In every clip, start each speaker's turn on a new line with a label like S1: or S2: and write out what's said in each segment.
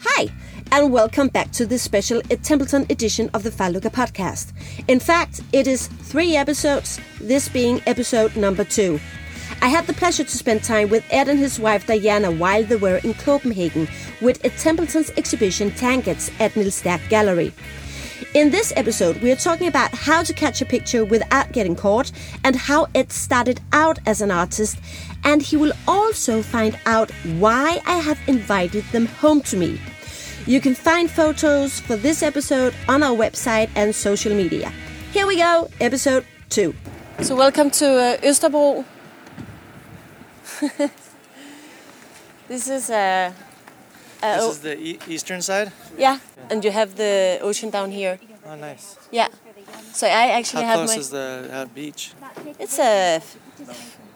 S1: Hi, and welcome back to this special Templeton edition of the Faluca podcast. In fact, it is three episodes, this being episode number two. I had the pleasure to spend time with Ed and his wife Diana while they were in Copenhagen with Templeton's exhibition Tangets at Nils Stærk Gallery. In this episode, we are talking about how to catch a picture without getting caught and how Ed started out as an artist. And he will also find out why I have invited them home to me. You can find photos for this episode on our website and social media. Here we go, episode two.
S2: So, welcome to uh, Østerbro. this is uh, a. a
S3: This
S2: o-
S3: is the e- eastern side.
S2: yeah, and you have the ocean down here.
S3: Oh, nice.
S2: Yeah. So I actually
S3: How
S2: have
S3: close
S2: my.
S3: is the uh, beach?
S2: It's a f-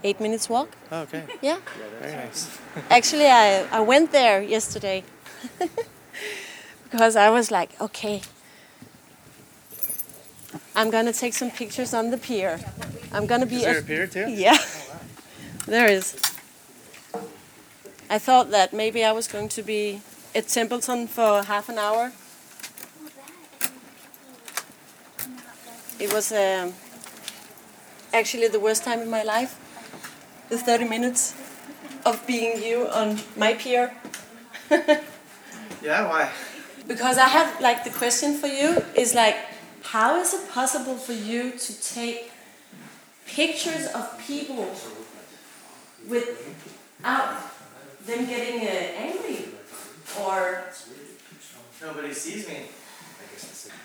S2: eight minutes walk.
S3: Oh, okay,
S2: Yeah.
S3: very nice.
S2: Actually, I, I went there yesterday because I was like, okay, I'm gonna take some pictures on the pier. I'm gonna be
S3: Is there a
S2: a-
S3: pier too?
S2: Yeah, there is. I thought that maybe I was going to be at Templeton for half an hour. It was um, actually the worst time in my life. The 30 minutes of being you on my pier.
S3: Yeah, why?
S2: Because I have like the question for you is like, how is it possible for you to take pictures of people without them getting uh, angry? Or
S3: Nobody sees me.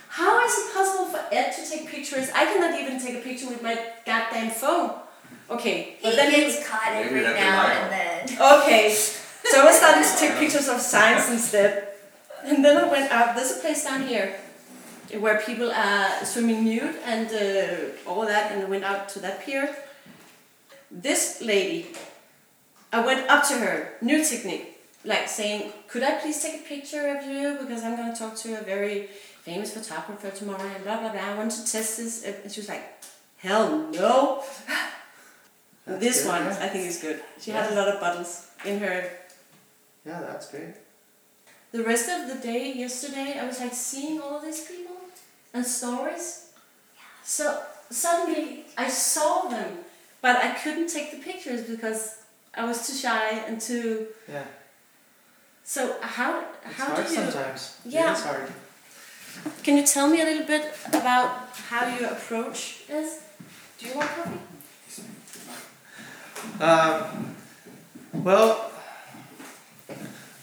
S2: how is it possible for Ed to take pictures? I cannot even take a picture with my goddamn phone. Okay,
S4: He
S2: but then
S4: gets
S2: he's
S4: caught every
S5: Maybe
S4: now
S5: that'd be
S4: and then.
S2: okay. So I started to take pictures of signs instead, and then I went out. There's a place down here where people are swimming nude and uh, all that, and I went out to that pier. This lady, I went up to her, new technique, like saying, "Could I please take a picture of you because I'm gonna talk to a very famous photographer tomorrow and blah blah blah. I want to test this." And she was like, "Hell no." this one, I think, is good. She had a lot of bottles in her
S3: Yeah, that's great.
S2: the rest of the day yesterday i was like seeing all these people and stories so suddenly i saw them but i couldn't take the pictures because i was too shy and too
S3: Yeah,
S2: so how
S3: it's
S2: how
S3: hard
S2: do you
S3: sometimes.
S2: Yeah.
S3: it's hard.
S2: can you tell me a little bit about how you approach this do you want coffee
S3: Um, well,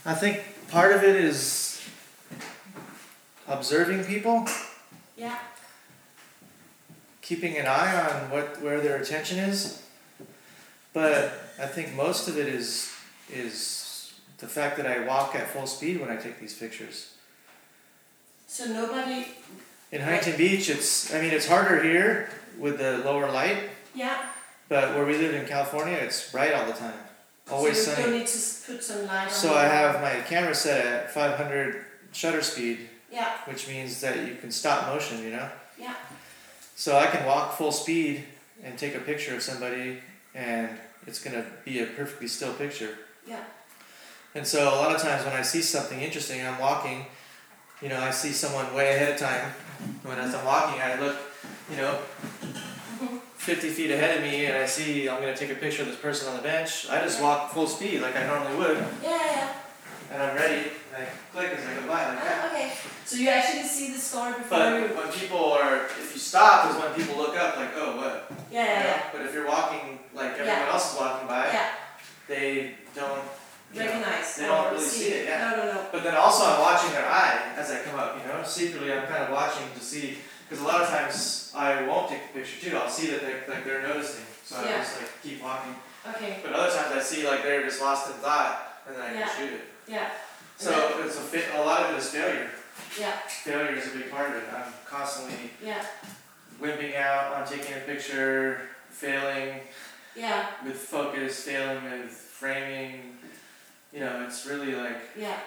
S3: I think part of it is observing people,
S2: yeah
S3: keeping an eye on what where their attention is. But I think most of it is is the fact that I walk at full speed when I take these pictures.
S2: so nobody
S3: In Huntington Beach, it's I mean it's harder here with the lower light,
S2: yeah
S3: but where we live in California, it's bright all the time, always
S2: so you don't
S3: sunny.
S2: need to s- put some light on
S3: So
S2: it.
S3: I have my camera set at 500 shutter speed,
S2: yeah
S3: which means that you can stop motion, you know.
S2: yeah
S3: So I can walk full speed and take a picture of somebody, and it's gonna be a perfectly still picture.
S2: yeah
S3: And so a lot of times when I see something interesting, I'm walking, you know, I see someone way ahead of time. When as I'm walking, I look, you know, 50 feet ahead of me and I see I'm going to take a picture of this person on the bench. I just walk full speed like I normally would
S2: yeah yeah, yeah.
S3: and I'm ready and I click as I go by like that.
S2: Ah, okay. So you actually see the story before
S3: But
S2: you.
S3: when people are, if you stop is when people look up like, oh, what?
S2: Yeah,
S3: You
S2: yeah,
S3: know?
S2: yeah.
S3: But if you're walking like everyone
S2: Yeah.
S3: else is walking by,
S2: Yeah,
S3: they don't, you know,
S2: recognize.
S3: they don't
S2: or
S3: really see it, yeah.
S2: No, no, no.
S3: But then also I'm watching their eye as I come up, you know? Secretly I'm kind of watching to see, because a lot of times I won't take the picture too. I'll see that they, like they're noticing, so
S2: Yeah.
S3: I just like keep walking.
S2: Okay,
S3: But other times I see like they're just lost in thought, and then I
S2: Yeah.
S3: can shoot it.
S2: yeah,
S3: So it's a fit, a lot of it is failure.
S2: yeah,
S3: Failure is a big part of it. I'm constantly
S2: yeah,
S3: wimping out on taking a picture, failing
S2: yeah,
S3: with focus, failing with framing. You know, it's really like
S2: yeah,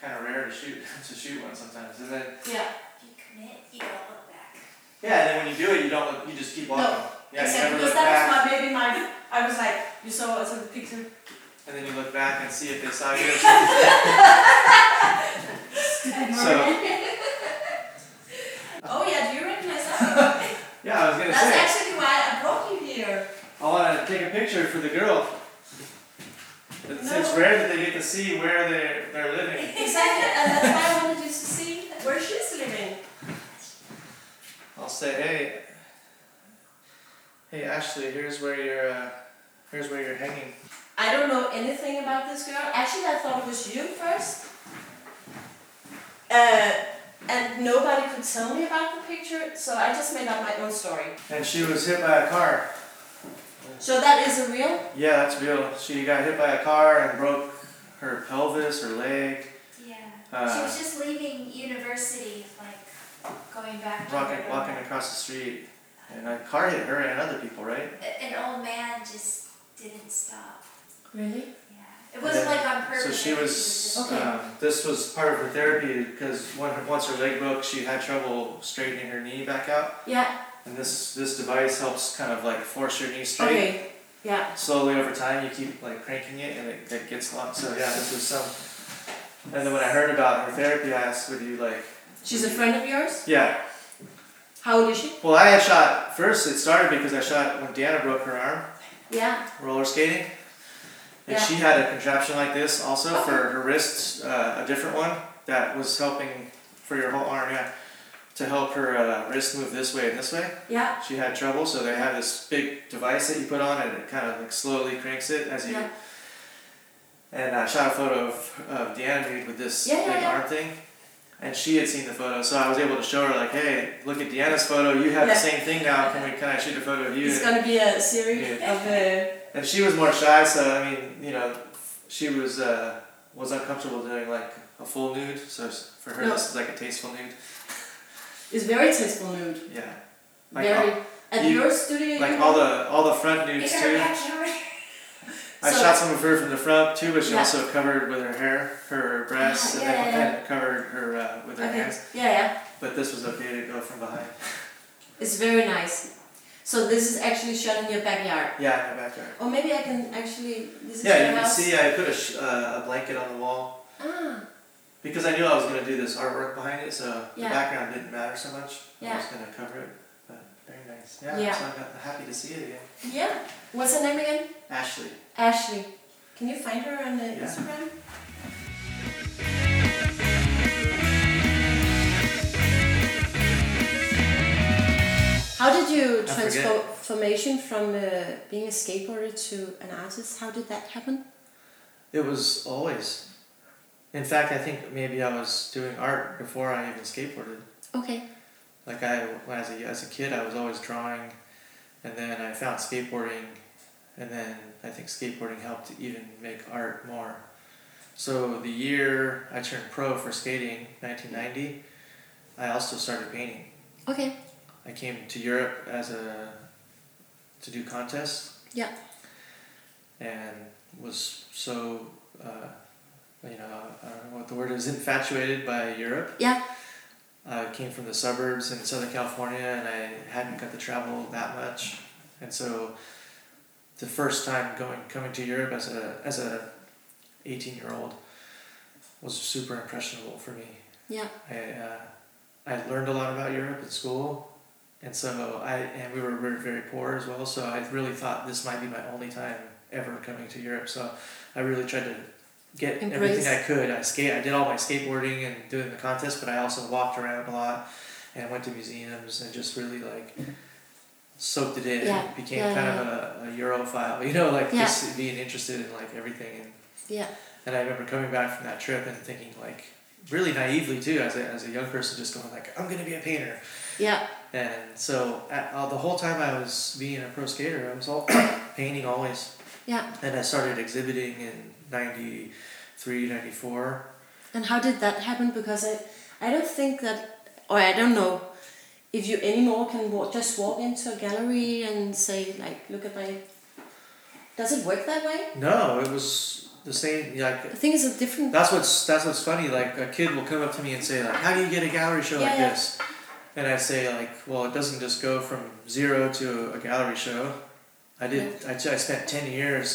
S3: kind of rare to shoot to shoot one sometimes, and then.
S2: yeah.
S4: You commit, you don't look back.
S3: Yeah, and then when you do it, you don't look, you just keep
S2: No,
S3: walking. yeah, you
S2: Exactly,
S3: never
S2: because
S3: look
S2: that
S3: back,
S2: was my maybe my. I was like, you saw us in the picture.
S3: and then you look back and see if they saw you. or something.
S2: Oh,
S3: they're they're living.
S2: Exactly, and that's why I wanted you to see where she's living.
S3: I'll say, hey, hey Ashley, here's where you're, uh, here's where you're hanging.
S2: I don't know anything about this girl. Actually, I thought it was you first. Uh, and nobody could tell me about the picture, so I just made up my own story.
S3: And she was hit by a car.
S2: So that isn't real?
S3: Yeah, that's real. She got hit by a car and broke her pelvis, her leg.
S4: Yeah. she
S3: Uh,
S4: was just leaving university, like going back. to
S3: walking,
S4: her-
S3: walking across the street, and a car hit her and other people, right?
S4: A- An old man just didn't stop.
S2: Really?
S4: Yeah. It wasn't
S3: Yeah.
S4: like on purpose.
S3: So she
S4: I think it
S3: was.
S4: just-
S2: Okay.
S3: Um, this was part of her therapy because when once her leg broke, she had trouble straightening her knee back out,
S2: Yeah,
S3: and this this device helps kind of like force your knee straight.
S2: okay. Yeah.
S3: slowly over time you keep like cranking it and it, it gets locked. So yeah, this was some. And then when I heard about her therapy, I asked, "Would you like?"
S2: She's a friend of yours?
S3: Yeah.
S2: How old is she?
S3: Well, I had shot first. It started because I shot when Deanna broke her arm
S2: Yeah.
S3: roller skating, and
S2: Yeah.
S3: she had a contraption like this also for her wrist, uh, a different one that was helping for your whole arm. Yeah. To help her uh, wrist move this way and this way,
S2: Yeah.
S3: she had trouble. So they have this big device that you put on, and it kind of like slowly cranks it as you
S2: Yeah.
S3: And I shot a photo of, of Deanna nude with this
S2: Yeah, yeah,
S3: big
S2: yeah.
S3: arm thing. And she had seen the photo, so I was able to show her, like, hey, look at Deanna's photo. You have
S2: Yeah.
S3: the same thing now. Can we kind of shoot a photo of you?
S2: It's gonna be a series
S3: Yeah.
S2: of. Uh,
S3: And she was more shy, so I mean, you know, she was uh, was uncomfortable doing like a full nude. So s- for her,
S2: No.
S3: this is like a tasteful nude.
S2: it's very tasteful nude.
S3: Yeah, Like
S2: Very. At
S3: you-
S2: your studio,
S3: like
S2: you
S3: all the all the front nudes
S4: Is
S3: too.
S4: her backyard?
S3: I
S2: So-
S3: shot some of her from the front too, but she
S2: Yeah. Uh-huh,
S3: also covered with her hair, her breasts,
S4: Ah,
S3: and
S4: yeah,
S3: then
S4: yeah,
S3: and covered her uh, with her
S2: Okay.
S3: hands.
S2: Yeah, yeah.
S3: But this was okay to go from behind.
S2: It's very nice. So this is actually shot in your backyard.
S3: Yeah, in the backyard.
S2: Or maybe I can actually. This is
S3: Yeah,
S2: your
S3: you can
S2: house.
S3: see I put a, sh- uh, a blanket on the wall
S2: Ah,
S3: because I knew I was going to do this artwork behind it, so
S2: Yeah.
S3: the background didn't matter so much.
S2: Yeah.
S3: I was going to cover it, but very nice. Yeah,
S2: Yeah.
S3: so I'm ha- happy to see it again.
S2: yeah. What's her name again?
S3: Ashley.
S2: Ashley. Can you find her on uh,
S3: Yeah.
S2: Instagram? How did you
S3: I forget.
S2: transformation from uh, being a skateboarder to an artist? How did that happen?
S3: It was always. In fact, I think maybe I was doing art before I even skateboarded.
S2: Okay.
S3: Like I, when I was a, as a kid, I was always drawing, and then I found skateboarding, and then I think skateboarding helped to even make art more. So the year I turned pro for skating, 1990, I also started painting.
S2: Okay.
S3: I came to Europe as a to do contests.
S2: Yeah.
S3: And was so uh, you know I don't know what the word is infatuated by Europe.
S2: Yeah.
S3: I came from the suburbs in Southern California, and I hadn't got to travel that much, and so the first time going coming to Europe as a as a eighteen year old was super impressionable for me.
S2: Yeah.
S3: I uh, I learned a lot about Europe in school, and so I and we were, we were very poor as well. So I really thought this might be my only time ever coming to Europe. So I really tried to get
S2: Embrace.
S3: everything I could. I skate. I did all my skateboarding and doing the contest, but I also walked around a lot and went to museums and just really like soaked it in.
S2: Yeah,
S3: Became
S2: yeah,
S3: kind
S2: yeah,
S3: of a, a Europhile, you know, like
S2: Yeah.
S3: just being interested in like everything and
S2: Yeah.
S3: and I remember coming back from that trip and thinking like really naively too as a, as a young person just going like I'm gonna be a painter
S2: Yeah.
S3: and so at, uh, the whole time I was being a pro skater I was all painting always
S2: Yeah.
S3: and I started exhibiting in 93 94
S2: And how did that happen? Because I, I don't think that, or I don't know, if you anymore can walk, just walk into a gallery and say like, look at my. Does it work that way?
S3: no it was the same like
S2: I think it's a different.
S3: That's what's that's what's funny. Like a kid will come up to me and say like, "How do you get a gallery show like
S2: Yeah, yeah.
S3: this?" And I say like, "Well, it doesn't just go from zero to a gallery show. I did. I, I spent ten years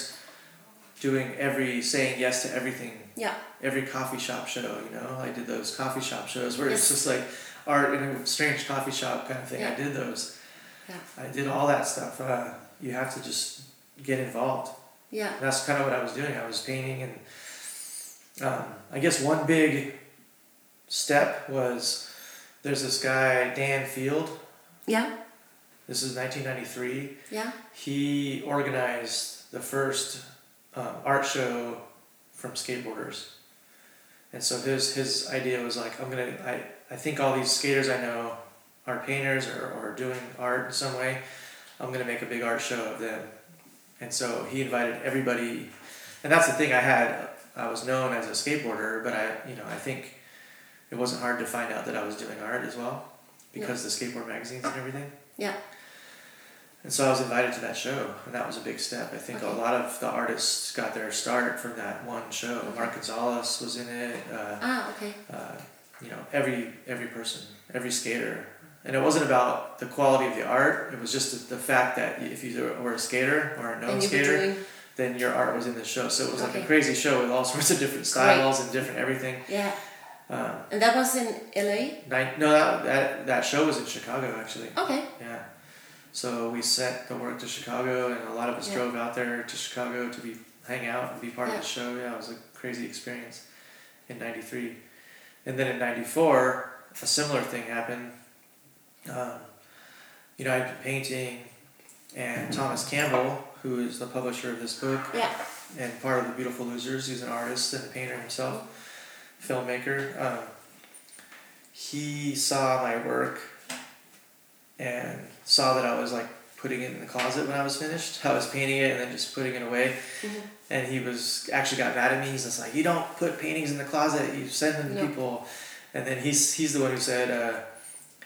S3: doing every saying yes to everything.
S2: Yeah.
S3: Every coffee shop show, you know, I did those coffee shop shows where
S2: Yes.
S3: it's just like art in a strange coffee shop kind of thing.
S2: Yeah.
S3: I did those.
S2: Yeah.
S3: I did all that stuff. Uh, you have to just get involved.
S2: Yeah.
S3: And that's kind of what I was doing. I was painting and um, I guess one big step was there's this guy Dan Field.
S2: Yeah,
S3: This is 1993.
S2: yeah.
S3: He organized the first um, art show from skateboarders, and so his his idea was like, I'm gonna I I think all these skaters I know are painters or, or doing art in some way. I'm gonna make a big art show of them, and so he invited everybody, and that's the thing I had. I was known as a skateboarder, but I you know I think it wasn't hard to find out that I was doing art as well because the skateboard magazines and everything.
S2: Yeah.
S3: And so I was invited to that show, and that was a big step. I think
S2: Okay.
S3: a lot of the artists got their start from that one show.
S2: Mm-hmm.
S3: Mark Gonzalez was in it. Uh,
S2: Ah, okay.
S3: uh, you know, every every person, every skater, and it wasn't about the quality of the art. It was just the, the fact that if you were a skater or a known
S2: and you
S3: skater,
S2: were doing
S3: then your art was in the show. So it was like
S2: Okay.
S3: a crazy show with all sorts of different styles and different everything.
S2: yeah,
S3: Um,
S2: and that was in LA.
S3: nine, no, that, that that show was in Chicago actually.
S2: Okay.
S3: Yeah. So we sent the work to Chicago, and a lot of us
S2: Yeah.
S3: drove out there to Chicago to be hang out and be part
S2: Yeah.
S3: of the show. Yeah, it was a crazy experience in '93, and then in '94, a similar thing happened. Um, you know, I'd been painting, and Thomas Campbell, who is the publisher of this book,
S2: Yeah.
S3: and part of the Beautiful Losers. He's an artist and a painter himself, filmmaker. Um, he saw my work and saw that I was like putting it in the closet when I was finished. I was painting it and then just putting it away.
S2: Mhm.
S3: And he was actually got mad at me. He's just like, you don't put paintings in the closet. You send them to
S2: No.
S3: people. And then he's he's the one who said. Uh,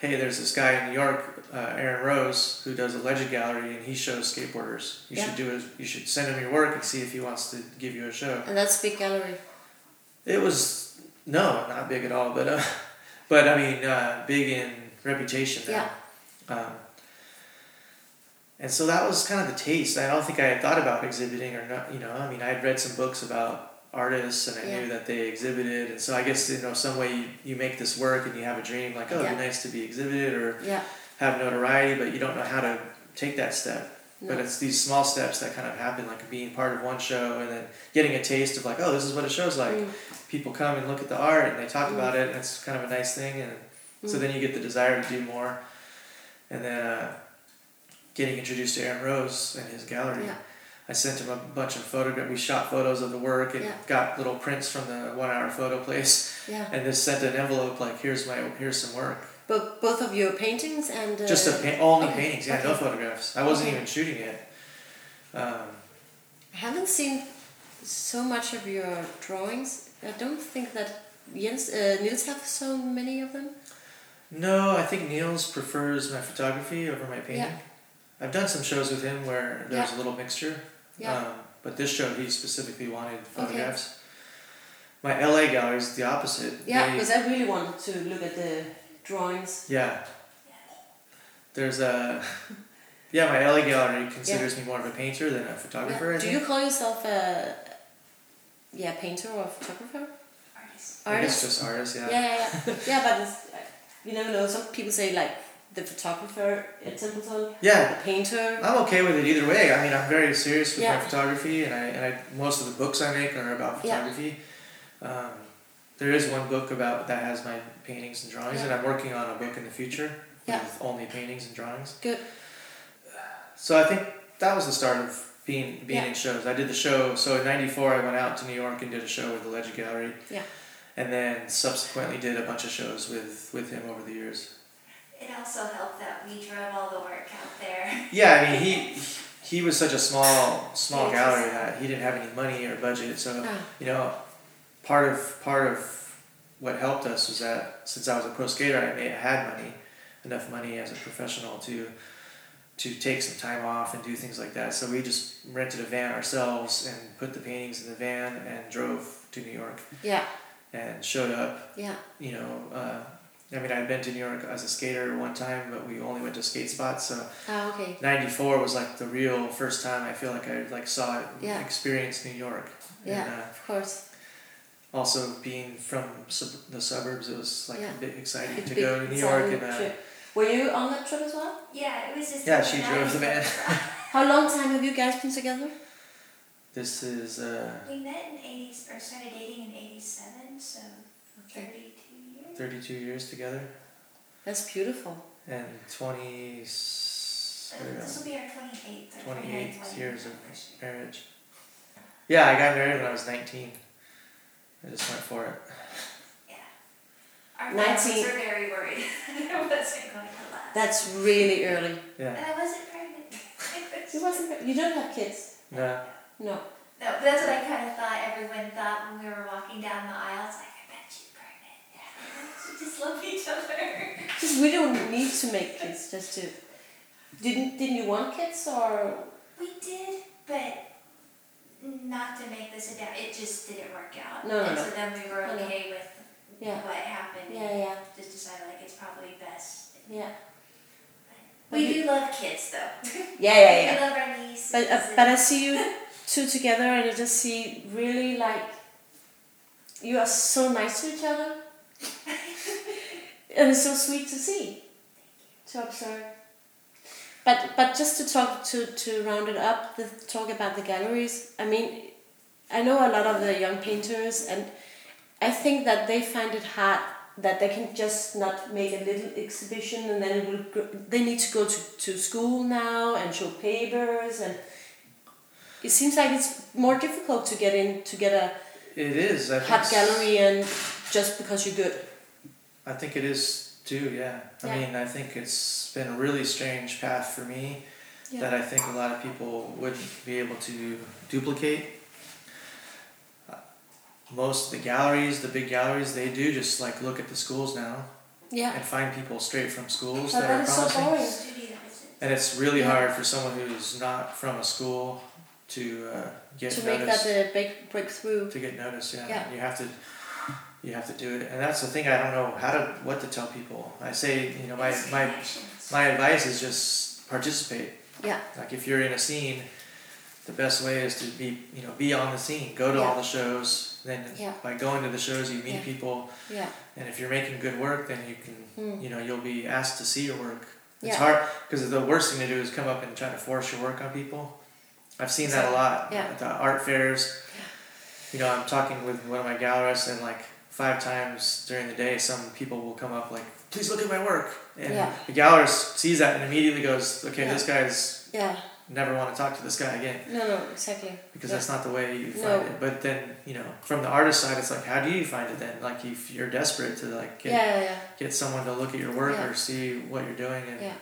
S3: hey, there's this guy in New York, uh, Aaron Rose, who does a legend gallery, and he shows skateboarders. You
S2: Yeah.
S3: should do his, You should send him your work and see if he wants to give you a show.
S2: And that's big gallery.
S3: It was no, not big at all, but uh, but I mean, uh, big in reputation. Now. Yeah. Um, and so that was kind of the taste. I don't think I had thought about exhibiting or not. You know, I mean, I had read some books about artists, and I
S2: Yeah.
S3: knew that they exhibited. And so I guess you know, some way you, you make this work, and you have a dream, like oh, it'd
S2: Yeah.
S3: be nice to be exhibited, or
S2: Yeah.
S3: have notoriety, but you don't know how to take that step. But
S2: No.
S3: it's these small steps that kind of happen, like being part of one show and then getting a taste of like, oh, this is what a show's like.
S2: Mm.
S3: People come and look at the art and they talk
S2: Mm.
S3: about it, and it's kind of a nice thing. And so
S2: Mm.
S3: then you get the desire to do more. And then uh, getting introduced to Aaron Rose and his gallery.
S2: Yeah.
S3: I sent him a bunch of photographs. We shot photos of the work and
S2: Yeah.
S3: got little prints from the one-hour photo place,
S2: Yeah.
S3: and just sent an envelope like, here's my here's some work.
S2: Both both of your paintings and uh,
S3: Just a pa- only
S2: okay,
S3: paintings, yeah, no
S2: okay.
S3: photographs. I wasn't
S2: Okay.
S3: even shooting it. Um,
S2: I haven't seen so much of your drawings. I don't think that Jens uh, Nils have so many of them.
S3: no, I think Niels prefers my photography over my painting.
S2: Yeah.
S3: I've done some shows with him where there's a little mixture.
S2: Yeah.
S3: Um, but this show, he specifically wanted photographs. My LA gallery is the opposite.
S2: yeah,
S3: They-
S2: because I really wanted to look at the drawings.
S3: yeah. There's a. Yeah, my LA gallery considers me more of a painter than a
S2: Yeah.
S3: photographer. I
S2: Do
S3: think.
S2: you call yourself a yeah painter or photographer?
S4: Artist.
S3: I guess
S2: Artist.
S3: just artist,
S2: Yeah, yeah, yeah. yeah but it's, you never know. Some people say like the photographer at Templeton,
S3: Yeah,
S2: the painter.
S3: I'm okay with it either way. I mean, I'm very serious with
S2: Yeah.
S3: my photography, and I, and I most of the books I make are about
S2: Yeah.
S3: photography. Um, there is one book about that has my paintings and drawings, and I'm working on a book in the future
S2: Yeah.
S3: with only paintings and drawings.
S2: Good.
S3: So I think that was the start of being being in shows. I did the show. So in '94, I went out to New York and did a show with the Ledger Gallery.
S2: Yeah.
S3: And then subsequently did a bunch of shows with with him over the years.
S4: It also helped that we drove all the work out there.
S3: Yeah, I mean he he was such a small small
S4: Yes.
S3: gallery that he didn't have any money or budget. So
S2: Ah.
S3: you know, part of part of what helped us was that since I was a pro skater, I made, I had money, enough money as a professional to to take some time off and do things like that. So we just rented a van ourselves and put the paintings in the van and drove to New York
S2: Yeah,
S3: and showed up
S2: yeah,
S3: you know, uh, I mean, I'd been to New York as a skater one time, but we only went to skate spots. So
S2: ah, okay.
S3: '94 was like the real first time I feel like I like saw it,
S2: Yeah.
S3: experienced New York. And,
S2: Yeah,
S3: uh,
S2: of course.
S3: also being from sub- the suburbs, it was like
S2: Yeah.
S3: a bit exciting
S2: It's
S3: to
S2: big
S3: go to New York
S2: travel
S3: and uh,
S2: trip. Were you on that trip as well?
S4: Yeah, it was just.
S3: Yeah, she
S4: I
S3: drove the van.
S2: How long time have you guys been together?
S3: This is uh,
S4: We met in 80s, or started dating in 87, so 32 years.
S3: 32 years together
S2: That's beautiful.
S3: and 20
S4: So this will be our 28th or
S3: 28
S4: 29th
S3: years of
S4: anniversary.
S3: marriage. Yeah, I got married when I was 19. I just went for it.
S4: Our parents
S2: 19.
S4: were very worried that I wasn't going to last.
S2: That's really early.
S4: and
S3: Yeah.
S4: I wasn't pregnant.
S2: You wasn't. You don't have kids.
S3: No.
S2: No.
S4: No, but that's what I kind of thought everyone thought when we were walking down the aisles. Like, I bet she's pregnant. Yeah. just love each other.
S2: Just we don't need to make kids. Just to. Didn't Didn't you want kids or?
S4: We did, but not to make this a doubt. It just didn't work out.
S2: No, no,
S4: and
S2: no.
S4: so then we were
S2: No, no.
S4: okay with
S2: Yeah.
S4: what happened.
S2: Yeah, yeah,
S4: Just decided like it's probably best.
S2: yeah. But
S4: We
S2: you-
S4: do love kids though.
S2: Yeah, yeah,
S4: We
S2: yeah.
S4: love our nieces.
S2: But uh,
S4: and-
S2: but I see you two together, and I just see really like. You are so nice to each other. and it's so sweet to see, to observe. But but just to talk to to round it up, the talk about the galleries. I mean, I know a lot of the young painters, and I think that they find it hard that they can just not make a little exhibition and then it will. Gr- they need to go to to school now and show papers and. It seems like it's more difficult to get in to get a
S3: It is. I think
S2: hot
S3: s-
S2: gallery and just because you're good.
S3: I think it is too, yeah. I
S2: Yeah.
S3: mean, I think it's been a really strange path for me
S2: Yeah.
S3: that I think a lot of people wouldn't be able to duplicate. Uh, Most of the galleries, the big galleries, they do just like look at the schools now
S2: Yeah.
S3: and find people straight from schools
S2: But
S3: that
S2: that
S3: are
S2: is so
S3: promising.
S2: boring.
S4: Studio visits.
S3: And it's really
S2: Yeah.
S3: hard for someone who's not from a school to uh, get
S2: to make
S3: noticed.
S2: that a big breakthrough.
S3: to get noticed, yeah.
S2: Yeah.
S3: You have to you have to do it. And that's the thing I don't know how to what to tell people. I say, you know, my
S4: It's
S3: my
S4: connections.
S3: my advice is just participate.
S2: Yeah.
S3: Like if you're in a scene, the best way is to be you know be on the scene. Go to all
S2: Yeah.
S3: the shows. Then
S2: Yeah.
S3: by going to the shows, you meet
S2: Yeah.
S3: people,
S2: Yeah.
S3: and if you're making good work, then you can
S2: Mm.
S3: you know you'll be asked to see your work. It's
S2: Yeah.
S3: hard because the worst thing to do is come up and try to force your work on people. I've seen that a lot
S2: Yeah.
S3: at the art fairs. You know, I'm talking with one of my gallerists, and like five times during the day, some people will come up like, "Please look at my work," and
S2: Yeah.
S3: the gallerist sees that and immediately goes, "Okay,
S2: Yeah.
S3: this guy's
S2: Yeah.
S3: never want to talk to this guy again
S2: No, no, exactly.
S3: because
S2: Yeah.
S3: that's not the way you find
S2: No.
S3: it." But then, you know, from the artist side, it's like, how do you find it then? Like, if you're desperate to like get
S2: yeah, yeah, yeah.
S3: get someone to look at your work
S2: Yeah.
S3: or see what you're doing and
S2: Yeah.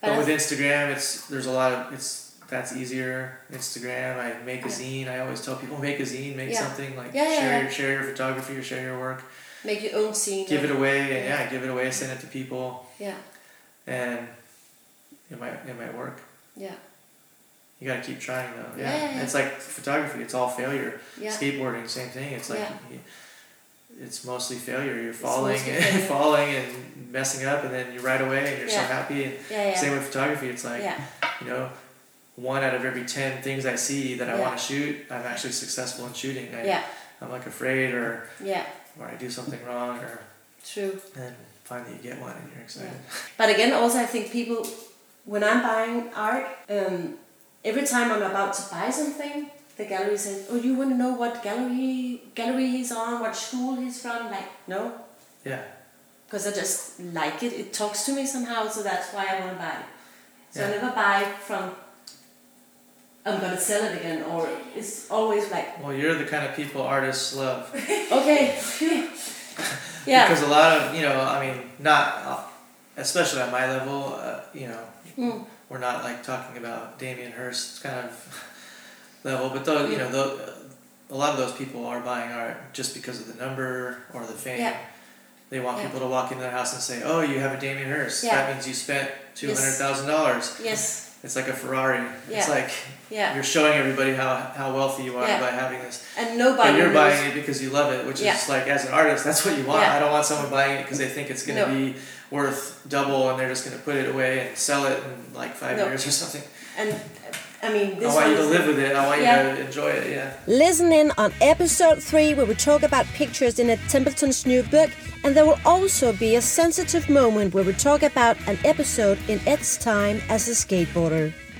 S3: but,
S2: But
S3: with Instagram it's there's a lot of it's that's easier Instagram I make a zine I always tell people make a zine make
S2: Yeah.
S3: something like
S2: Yeah, yeah,
S3: share
S2: yeah.
S3: your share your photography or share your work
S2: Make your own scene.
S3: give it away and
S2: Yeah.
S3: yeah. give it away send it to people
S2: Yeah,
S3: and it might it might work
S2: yeah,
S3: you gotta keep trying though
S2: Yeah, yeah, yeah.
S3: it's like photography it's all failure
S2: yeah.
S3: skateboarding same thing it's like
S2: Yeah.
S3: y- it's mostly failure you're falling
S2: mostly
S3: and
S2: failure.
S3: falling and messing up and then you right away and you're so
S2: Yeah.
S3: happy and
S2: Yeah, yeah.
S3: Same with photography. It's like
S2: yeah,
S3: you know, one out of every ten things I see that I
S2: Yeah.
S3: want to shoot, I'm actually successful in shooting. I,
S2: yeah,
S3: I'm like afraid or
S2: yeah,
S3: or I do something wrong or
S2: true.
S3: and finally you get one and you're excited.
S2: But again, also I think people, when I'm buying art, um, every time I'm about to buy something, the gallery says, "Oh, you want to know what gallery gallery he's on, what school he's from?" Like, no,
S3: Yeah.
S2: because I just like it. It talks to me somehow, so that's why I want to buy it. So I
S3: Yeah.
S2: never buy from. I'm gonna sell it again, or it's always like
S3: Well, you're the kind of people artists love
S2: okay, yeah,
S3: because a lot of you know, I mean, not uh, especially at my level, uh, you know,
S2: Mm.
S3: we're not like talking about Damien Hirst kind of level, but though you know, though, a lot of those people are buying art just because of the number or the fame.
S2: Yeah.
S3: They want
S2: Yeah.
S3: people to walk into their house and say, "Oh, you have a Damien Hirst.
S2: Yeah.
S3: That means you spent two hundred thousand dollars.
S2: yes,
S3: It's like a Ferrari. It's
S2: Yeah.
S3: like
S2: yeah,
S3: you're showing everybody how how wealthy you are
S2: Yeah.
S3: by having this."
S2: and
S3: But
S2: nobody
S3: you're
S2: knows.
S3: buying it because you love it, which
S2: Yeah.
S3: is like as an artist, that's what you want.
S2: Yeah.
S3: I don't want someone buying it because they think it's gonna
S2: No.
S3: be worth double and they're just gonna put it away and sell it in like five
S2: No.
S3: years or something.
S2: And uh, I mean, this
S3: I want
S2: one
S3: Oh, you to
S2: is-
S3: live with it. I want
S2: Yeah.
S3: you to enjoy it. Yeah.
S1: Listen in on episode 3 where we talk about pictures in a Templeton's new book, and there will also be a sensitive moment where we talk about an episode in Ed's time as a skateboarder.